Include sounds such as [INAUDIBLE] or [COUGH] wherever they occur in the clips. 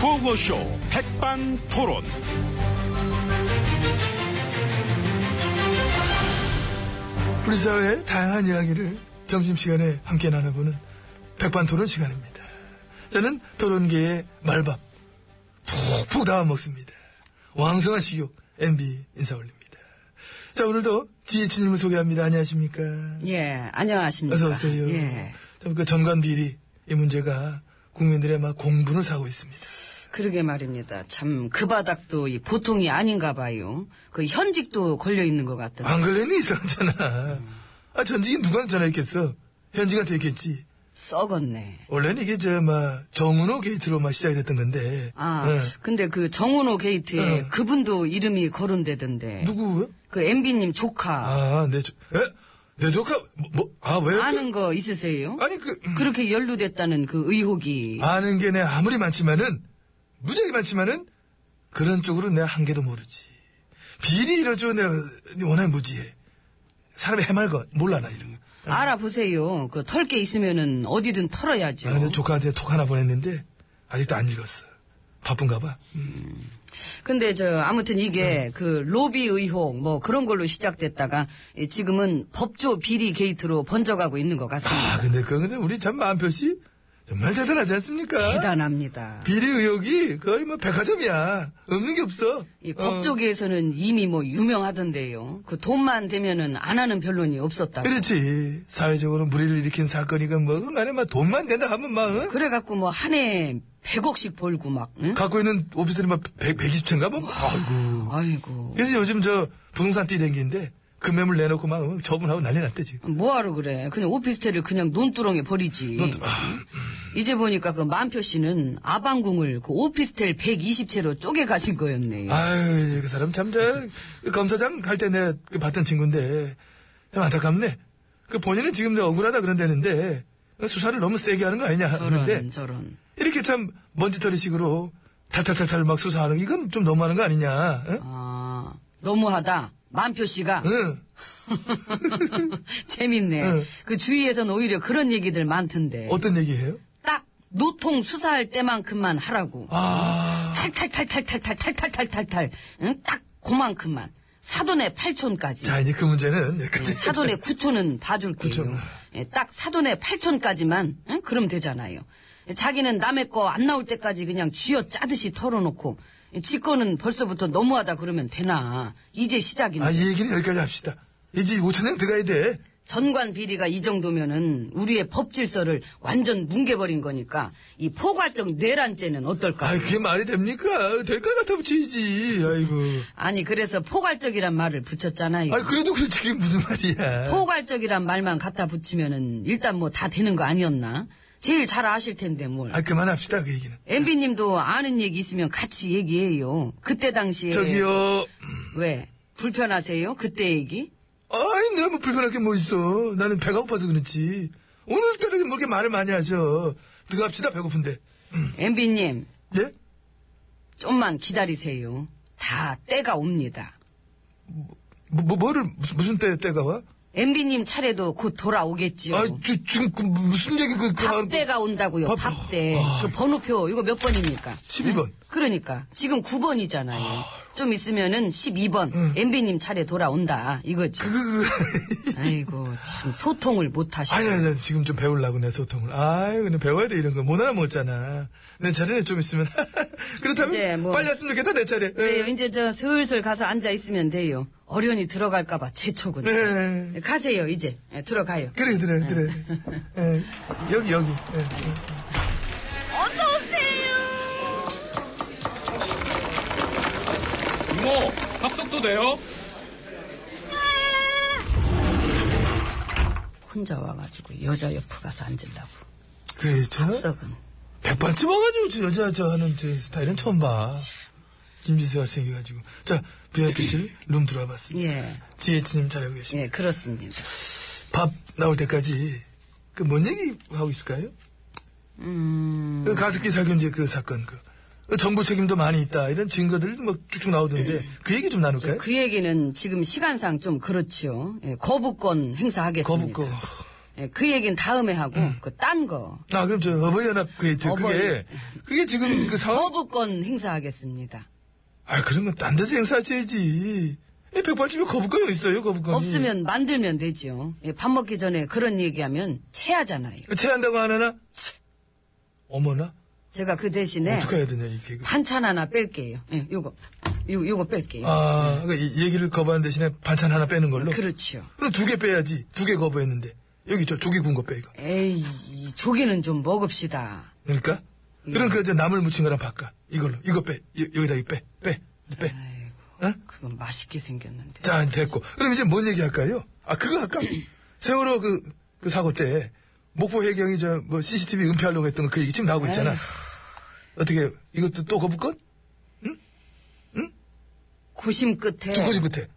구호쇼 백반토론. 우리 사회의 다양한 이야기를 점심시간에 함께 나눠보는 백반토론 시간입니다. 저는 토론계의 말밥 푹푹 담아 먹습니다. 왕성한 식욕 MB 인사 올립니다. 자 오늘도 지혜진님을 소개합니다. 안녕하십니까? 예, 안녕하십니까. 어서 오세요. 예. 참 그 전관 비리 이 문제가 국민들의 막 공분을 사고 있습니다. 그러게 말입니다. 참 그 바닥도 이 보통이 아닌가 봐요. 그 현직도 걸려 있는 것 같더라고요. 안 걸리니 이상하잖아. 아 전직이 누구한테 전화했겠어? 현직한테 했겠지. 썩었네. 원래는 이게 저막 뭐 정은호 게이트로 막 시작이 됐던 건데. 아, 어. 근데 그 정은호 게이트에 어. 그분도 이름이 거론되던데. 누구요? 그 MB님 조카. 아, 내 조, 에? 내 조카, 뭐, 뭐, 아, 왜? 아, 는거 있으세요? 아니, 그, 음, 그렇게 연루됐다는 그 의혹이. 아는 게 내 아무리 많지만은, 무지하게 많지만은, 그런 쪽으로 내가 한 개도 모르지. 비리 이러죠. 내가 워낙 무지해. 사람이 해맑어. 몰라, 나 이런 거. 아, 알아보세요. 그 털 게 있으면은 어디든 털어야죠. 아, 내 조카한테 톡 하나 보냈는데, 아직도 안 읽었어. 바쁜가 봐. 근데 저 아무튼 음. 이게 그 로비 의혹 뭐 그런 걸로 시작됐다가 이 지금은 법조 비리 게이트로 번져가고 있는 것 아, 같습니다. 근데 그거 근데 우리 참 마음표시 정말 대단하지 않습니까? 대단합니다. 비리 의혹이 거의 뭐 백화점이야. 없는 게 없어. 이 어. 법조계에서는 이미 뭐 유명하던데요. 그 돈만 되면은 안 하는 변론이 없었다고. 그렇지. 사회적으로 무리를 일으킨 사건이건 뭐건 간에 막 돈만 된다 하면 막, 응? 그래갖고 뭐 한 해 100억씩 벌고 막. 응? 갖고 있는 오피스텔이 막 100, 120채인가 뭐? 아이고. 아이고. 그래서 요즘 저 부동산 뛰댕기인데 금매물 내놓고 막 응, 저분하고 난리 났대 지금. 뭐하러 그래? 그냥 오피스텔을 그냥 논두렁에 버리지. 아. 이제 보니까 그 만표 씨는 아방궁을 그 오피스텔 120채로 쪼개 가신 거였네요. 아유, 그 사람 참, 저, 그 검사장 갈 때 내가 그 봤던 친구인데, 참 안타깝네. 그 본인은 지금 저 억울하다 그런다는데, 수사를 너무 세게 하는 거 아니냐 저런 하는데, 저런. 이렇게 참 먼지털이 식으로 탈탈탈탈 막 수사하는, 이건 좀 너무하는 거 아니냐, 응? 아, 너무하다. 만표 씨가 [LAUGHS] 응. 재밌네. 응. 그 주위에선 오히려 그런 얘기들 많던데. 어떤 얘기 해요? 딱 노통 수사할 때만큼만 하라고. 아, 탈탈탈탈탈탈탈탈탈탈. 응? 딱 그만큼만. 사돈의 8촌까지. 자, 이제 그 문제는 여기까지. 음, 사돈의 9촌은 봐줄게요. 구촌. 예, 딱 사돈의 8촌까지만. 응? 그럼 되잖아요. 예, 자기는 남의 거 안 나올 때까지 그냥 쥐어 짜듯이 털어놓고 예, 지 거는 벌써부터 너무하다 그러면 되나. 이제 시작인데. [LAUGHS] 아, 이 얘기는 여기까지 합시다. 이제 5천장 들어가야 돼. 전관 비리가 이 정도면은 우리의 법 질서를 완전 뭉개버린 거니까 이 포괄적 내란죄는 어떨까? 아, 그게 말이 됩니까? 될 걸 갖다 붙이지. 아이고. 아니 그래서 포괄적이란 말을 붙였잖아요. 아, 그래도 그렇지. 그게 무슨 말이야. 포괄적이란 말만 갖다 붙이면은 일단 뭐 다 되는 거 아니었나? 제일 잘 아실 텐데 뭘. 아, 그만합시다. 그 얘기는. MB님도 아는 얘기 있으면 같이 얘기해요. 그때 당시에 저기요. 왜 불편하세요? 그때 얘기? 아이, 내가 뭐 불편할 게 뭐 있어. 나는 배가 고파서 그렇지. 오늘따라 뭐 이렇게 말을 많이 하셔. 들어갑시다. 배고픈데. MB님 예? 좀만 기다리세요. 다 때가 옵니다. 뭐, 뭐, 뭐를, 무슨, 무슨 때, 때가 와? MB님 차례도 곧 돌아오겠지요. 아, 저, 지금 그 무슨 얘기 그, 그 하는 거- 밥대가 온다고요. 밥- 밥대. 아. 그 번호표 이거 몇 번입니까? 12번. 그러니까 지금 9번이잖아요. 좀 있으면은 12번 응. MB님 차례 돌아온다 이거지. 그, 그, 아이고 참 소통을 못 하시고. 아니, 아니, 아니, 지금 좀 배우려고, 내 소통을. 아유, 근데 배워야 돼, 이런 거. 못 알아먹었잖아. 내 차례네, 좀 있으면. [LAUGHS] 이제 그렇다면, 뭐- 예. 빨리 왔으면 좋겠다, 내 예. 차례. 그래요. 이제 저 슬슬 가서 앉아 있으면 돼요. 어련히 들어갈까봐 재촉은. 네. 가세요 이제 예, 들어가요. 그래, 그래, 그래. 예. 여기, 여기. 예. 이모, 합석도 돼요? 혼자 와가지고 여자 옆에 가서 앉으려고. 그래, 저, 썩은. 백반집 와가지고, 저 여자, 저 하는 저 스타일은 처음 봐. 김지수가 생겨가지고. 자, VIP실 룸 들어와 봤습니다. 예. 지혜치님 잘하고 계십니다. 예 그렇습니다. 예. 밥 나올 때까지, 그, 뭔 얘기 하고 있을까요? 음. 그 가습기 살균제 그 사건 그. 그 정부 책임도 많이 있다 이런 증거들 뭐 쭉쭉 예. 나오던데 그 얘기 좀 나눌까요? 그 얘기는 지금 시간상 좀 그렇지요. 예, 거부권 행사하겠습니다. 거부권 예, 그 얘기는 다음에 하고 그 딴 거 아, 그럼 저 어버이연합 그 애트 어버이. 그게 그게 지금 그 사업 거부권 행사하겠습니다. 아, 그런 건 딴 데서 행사하셔야지. 이 백반집에 거부권이 있어요, 거부권이. 없으면 만들면 되죠. 예, 밥 먹기 전에 그런 얘기하면 체하잖아요. 체한다고 안 하나? 치. 어머나? 제가 그 대신에 어떻게 해야 되냐, 이 개그. 반찬 하나 뺄게요. 예, 요거 요, 요거 뺄게요. 아, 그러니까 이 얘기를 거부하는 대신에 반찬 하나 빼는 걸로? 그렇죠. 그럼 두 개 빼야지. 두 개 거부했는데. 여기 저 조기 구운 거 빼, 이거. 에이 이 조개는 좀 먹읍시다. 그러니까? 네. 그럼 그, 저, 나물 무친 거랑 바꿔. 이걸로. 이거 빼. 여, 여기다 이거 빼. 빼. 빼. 응? 그건 맛있게 생겼는데. 자, 됐고. 그럼 이제 뭔 얘기 할까요? 아, 그거 할까? 세월호 그, 그 사고 때, 목포 해경이 저, 뭐, CCTV 은폐하려고 했던 거 그 얘기 지금 나오고 있잖아. 에휴. 어떻게, 이것도 또 거부권? 고심 끝에 두 가지 끝에.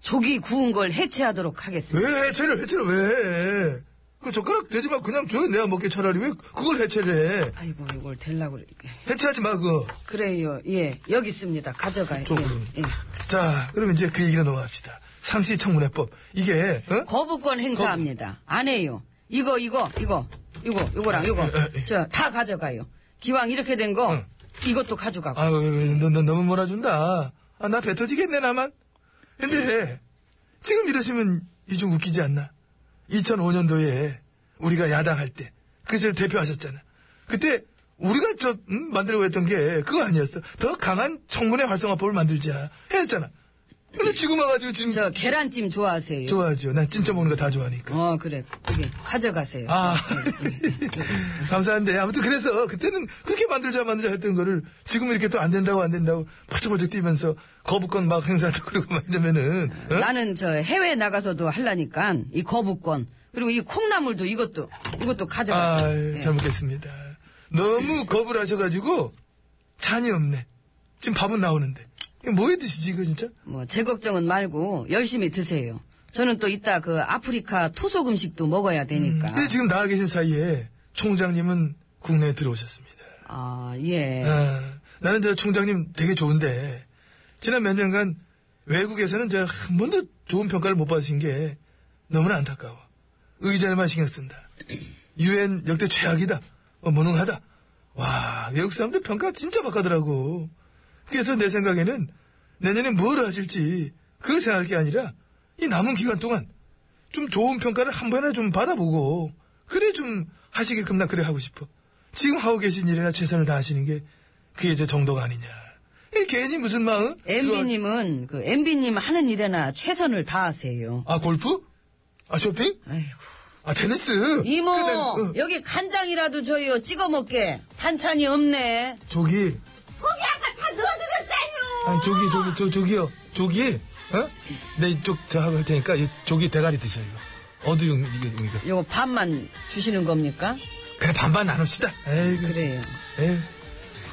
조기 구운 걸 해체하도록 하겠습니다. 왜 해체를, 해체를 왜 해? 그 젓가락 되지만 그냥 줘요. 내가 먹게 차라리. 왜 그걸 해체를 해? 아이고 이걸 될라고 그러니까. 해체하지 마, 그거. 그래요. 예 여기 있습니다. 가져가요. 쪽으로. 예, 예. 자, 그럼 이제 그 얘기로 넘어갑시다. 상시 청문회법. 이게, 어? 거부권 행사합니다. 안 해요. 이거 이거 이거 이거 이거랑 이거 에, 에. 저 다 가져가요. 기왕 이렇게 된 거 이것도 가져가고 아유, 너, 너 너무 몰아준다. 아, 나 뱉어지겠네, 나만. 근데, 지금 이러시면 이 좀 웃기지 않나? 2005년도에 우리가 야당할 때, 그제 대표하셨잖아. 그때, 우리가 저, 음, 만들려고 했던 게 그거 아니었어. 더 강한 청문회 활성화법을 만들자. 했잖아. 근데 지금 와가지고 지금 저 계란찜 좋아하세요? 좋아하죠. 난 찜쪄 먹는 거 다 좋아하니까. 어 그래 여기 가져가세요. 아, 음, 감사한데. 아무튼 그래서 그때는 그렇게 만들자 만들자 했던 거를 지금 이렇게 또 안 된다고 안 된다고 퍼쩍퍼쩍 뛰면서 거부권 막 행사도 그러고 막 이러면은. 어? 나는 저 해외 나가서도 할라니까 이 거부권 그리고 이 콩나물도 이것도 이것도 아, 가져가세요. 예. 잘 먹겠습니다. 너무 네. 겁을 하셔가지고 잔이 없네. 지금 밥은 나오는데. 이거 뭐 해 드시지, 이거 진짜? 뭐 제 걱정은 말고 열심히 드세요. 저는 또 이따 그 아프리카 토속 음식도 먹어야 되니까. 근데 지금 나와 계신 사이에 총장님은 국내에 들어오셨습니다. 아 예. 아, 나는 저 총장님 되게 좋은데 지난 몇 년간 외국에서는 저 한 번도 좋은 평가를 못 받으신 게 너무나 안타까워. 의자에만 신경 쓴다. 유엔 역대 최악이다. 어, 무능하다. 와 외국 사람들 평가 진짜 바가더라고 그래서 내 생각에는 내년에 뭘 하실지 그걸 생각할 게 아니라 이 남은 기간 동안 좀 좋은 평가를 한 번에 좀 받아보고 그래 좀 하시게끔 나 그래 하고 싶어. 지금 하고 계신 일이나 최선을 다하시는 게 그게 이제 정도가 아니냐. 이 괜히 무슨 마음? MB님은 그 MB님 하는 일에나 최선을 다하세요. 아 골프? 아 쇼핑? 아이고. 아 테니스? 이모 그래, 어, 여기 간장이라도 줘요 찍어 먹게 반찬이 없네. 저기 거기 아까 다 넣어드렸잖요. 아니 저기 저기 저 저기요 저기 어? 내 이쪽 저 하고 할 테니까 이, 저기 대가리 드셔요. 이거. 어두용 이게 이거 요거 반만 주시는 겁니까? 그래 반반 나눕시다. 에이 그- 그래요. 에이.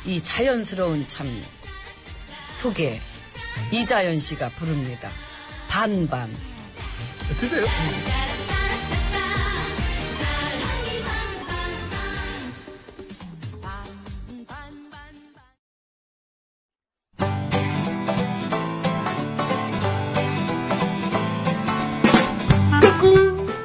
이 자연스러운 참 소개 이자연 씨가 부릅니다. 반반. 드세요.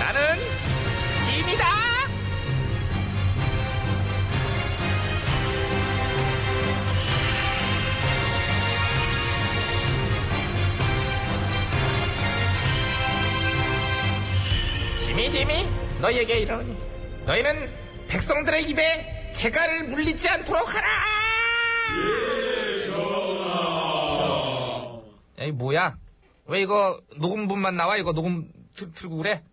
나는 짐이다. 너희에게 이러니 너희는 백성들의 입에 재갈을 물리지 않도록 하라. 저... 야이 뭐야? 왜 이거 녹음분만 나와? 이거 녹음 틀, 틀고 그래?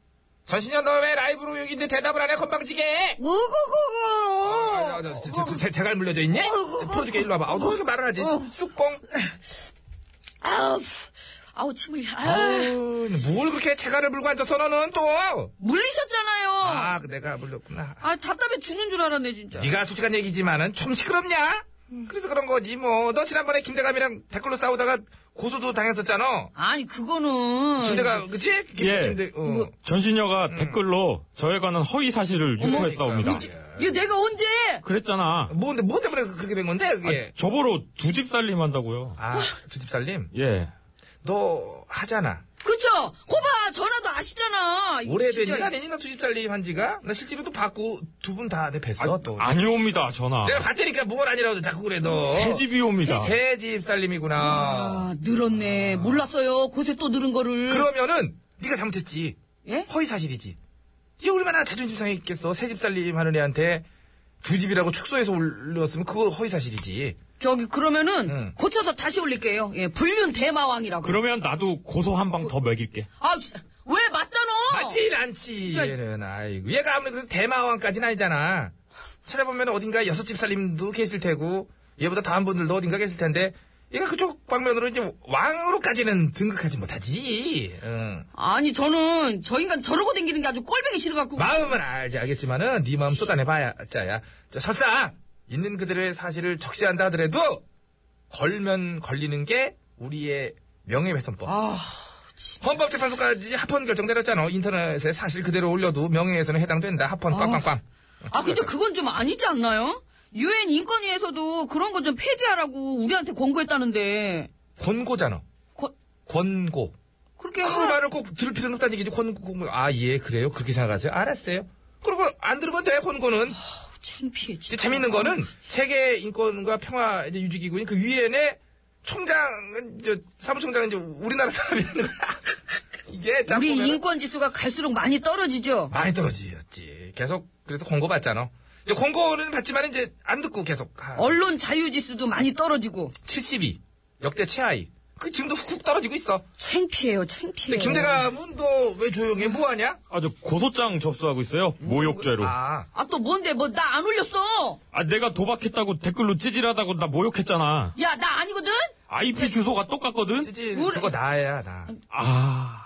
전신현 너 왜 라이브로 여기인데 대답을 안 해? 건방지게. 오구구구. 아, 저, 저, 저, 저, 제- 제갈 물려져 있니? 풀어줄게 어. 일로 와봐. 아우 그렇게 말을 하지. 쑥공. 아우, 아우, 침 흘려. 아우, 아유, 뭘 그렇게 재갈을 물고 앉아서 너는 또. 물리셨잖아요. 아, 아, 그 내가 물렸구나. 답답해 죽는 줄 알았네, 진짜. 네가 솔직한 얘기지만은 좀 시끄럽냐? 그래서 그런 거지 뭐. 너 지난번에 김대감이랑 댓글로 싸우다가 고소도 당했었잖아. 아니, 그거는. 김대감, 그치? 김, 예. 김대, 어. 전신여가 댓글로 저에 관한 허위 사실을 유포했사옵니다. 그러니까. 야, 내가 언제? 그랬잖아. 뭔데, 뭐 때문에 그렇게 된 건데, 그게? 저보로 두 집 살림한다고요. 아, 두집살님, 예. 너 하잖아. 그쵸? 고봐, 전화도 아시잖아. 이거 오래된 일 진짜. 아니니, 너 두집살님 한 지가? 나 실제로도 봤고, 두 분 다 내 뵀어, 아, 또. 아니옵니다, 전화. 내가 봤다니까 뭘 아니라고 자꾸 그래, 너. 새 집이 옵니다. 음. 새 집살림이구나. 아, 늘었네. 몰랐어요. 곳에 또 늘은 거를. 그러면은 네가 잘못했지. 네? 예? 허위 사실이지. 이게 얼마나 자존심 상했겠어. 새 집 살림 하는 애한테 두 집이라고 축소해서 올렸으면 그거 허위 사실이지. 저기, 그러면은, 응. 고쳐서 다시 올릴게요. 예, 불륜 대마왕이라고. 그러면 나도 고소 한 방 더 먹일게. 아, 진짜. 왜 맞잖아! 어. 맞지 않지. 저- 얘는 아이고 얘가 아무리 그래도 대마왕까지는 아니잖아. 찾아보면 어딘가 여섯 집 살림도 계실 테고 얘보다 더한 분들도 어딘가 계실 텐데 얘가 그쪽 방면으로 이제 왕으로까지는 등극하지 못하지. 응. 아니, 저는 저 인간 저러고 댕기는 게 아주 꼴보기 싫어갖고. 마음은 알지 알겠지만은 네 마음 쏟아내봐야 짜야 저 설사 있는 그대로의 사실을 적시한다 하더라도 걸면 걸리는 게 우리의 명예훼손법 아, 헌법재판소까지 합헌 결정 내렸잖아 인터넷에 사실 그대로 올려도 명예훼손에 해당된다 합헌 꽝꽝꽝 아, 근데 그건 좀 아니지 않나요? 유엔 인권위에서도 그런 거 좀 폐지하라고 우리한테 권고했다는데. 권고잖아 거- 권고 그렇게 그 하... 말을 꼭 들을 필요는 없다는 얘기지 권고 뭐. 아예 그래요 그렇게 생각하세요 알았어요 그리고 안 들으면 돼 권고는 창피해, 이제 진짜. 재밌는 거는 세계 인권과 평화 이제 유지기구인 그 유엔의 총장은 저 사무총장은 이제 우리나라 사람이라는 거야. [LAUGHS] 이게 짬 우리 보면은 인권 지수가 갈수록 많이 떨어지죠? 많이 떨어지였지. 계속 그래도 공고 받잖아. 이제 공고는 받지만 이제 안 듣고 계속 한 언론 자유 지수도 많이 떨어지고. 72 역대 최하위. 그 지금도 훅훅 떨어지고 있어. 창피해요, 창피해. 근데 김대감은 너 왜 조용해? 뭐하냐? 아주 고소장 접수하고 있어요. 모욕죄로. 아 아, 또 뭔데, 뭐, 나 안 올렸어! 아, 내가 도박했다고 댓글로 찌질하다고 나 모욕했잖아. 야, 나 아니거든? IP 주소가 똑같거든? 찌질 우리- 그거 나야 나. 아.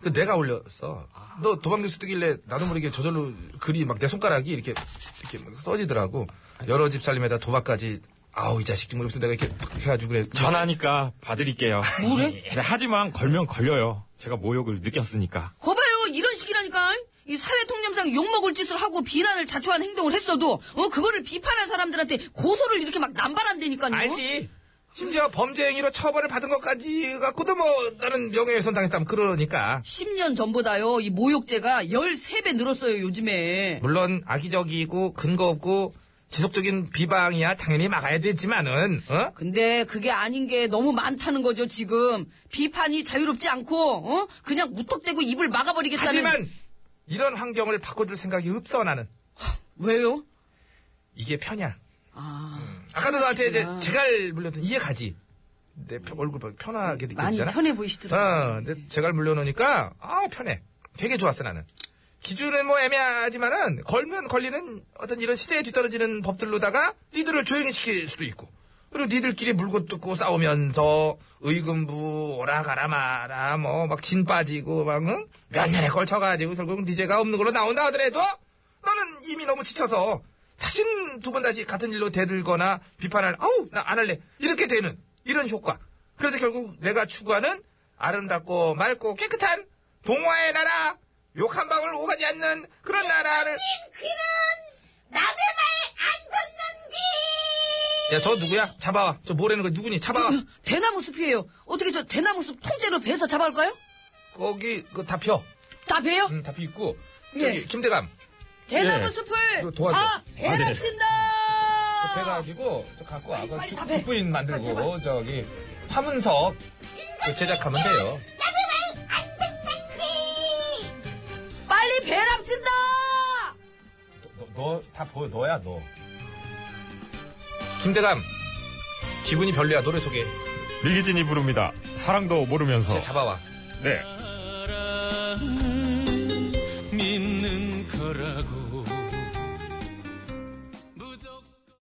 그 내가 올렸어. 너 도박 뉴스 뜨길래 나도 모르게 저절로 글이 막 내 손가락이 이렇게 이렇게 막 써지더라고. 여러 집 살림에다 도박까지 아우 이 자식 좀 무슨 내가 이렇게 팍 해가지고 그래. 전화니까 봐드릴게요. 뭐래? 근데 네, 하지만 걸면 걸려요. 제가 모욕을 느꼈으니까. 거봐요, 이런 식이라니까. 이 사회 통념상 욕먹을 짓을 하고 비난을 자초한 행동을 했어도, 어, 그거를 비판한 사람들한테 고소를 이렇게 막 남발한다니까요. 알지. 심지어 범죄 행위로 처벌을 받은 것까지 갖고도 뭐 나는 명예훼손 당했다면 그러니까. 10년 전보다요, 이 모욕죄가 13배 늘었어요, 요즘에. 물론 악의적이고 근거 없고 지속적인 비방이야 당연히 막아야 되지만은 어? 근데 그게 아닌 게 너무 많다는 거죠, 지금. 비판이 자유롭지 않고, 어? 그냥 무턱대고 입을 막아버리겠다는. 하지만 이런 환경을 바꿔줄 생각이 없어 나는. 왜요? 이게 편이야. 아. 아까도 나한테 이제 그렇구나. 제갈 물렸던 이해 가지. 내 편- 얼굴 봐, 편하게 많이 느껴지잖아. 편해 어, 보이시더라고요. 내 제갈 물려놓으니까 아 편해. 되게 좋았어 나는. 기준은 뭐 애매하지만은 걸면 걸리는 어떤 이런 시대에 뒤떨어지는 법들로다가 니들을 조용히 시킬 수도 있고. 그리고 니들끼리 물고 뜯고 싸우면서 의금부 오라 가라 마라 뭐 막 진 빠지고 막몇 년에 걸쳐가지고 결국 니제가 없는 걸로 나온다 하더라도 너는 이미 너무 지쳐서 다신 두 번 다시 같은 일로 대들거나 비판할 아우 나 안 할래 이렇게 되는 이런 효과 그래서 결국 내가 추구하는 아름답고 맑고 깨끗한 동화의 나라 욕 한 방울 오가지 않는 그런 나라를 귀는 예, 남의 말 안 듣는 귀. 야 저 누구야 잡아와 저 뭐라는 거 누구니 잡아와 네. 대나무 숲이에요. 어떻게 저 대나무 숲 통째로 베서 잡아올까요? 거기 그거 다 펴. 다 베요? 음, 다 펴있고 예. 저기 김대감 대나무 예. 이거 숲을 도와줘. 아, 네. 다 아, 네. 베랍신다! 배가지고 저 갖고 와 빨리 죽- 다 배. 죽부인 만들고 저기 화문석 그 제작하면 돼요 남의 말 안 듣는 귀. 빨리 베랍신다! 너 다 보여 너야 너. 김대감 기분이 별로야 노래 소개 어. 밀기진이 부릅니다. 사랑도 모르면서. 제 잡아와 네. 사랑은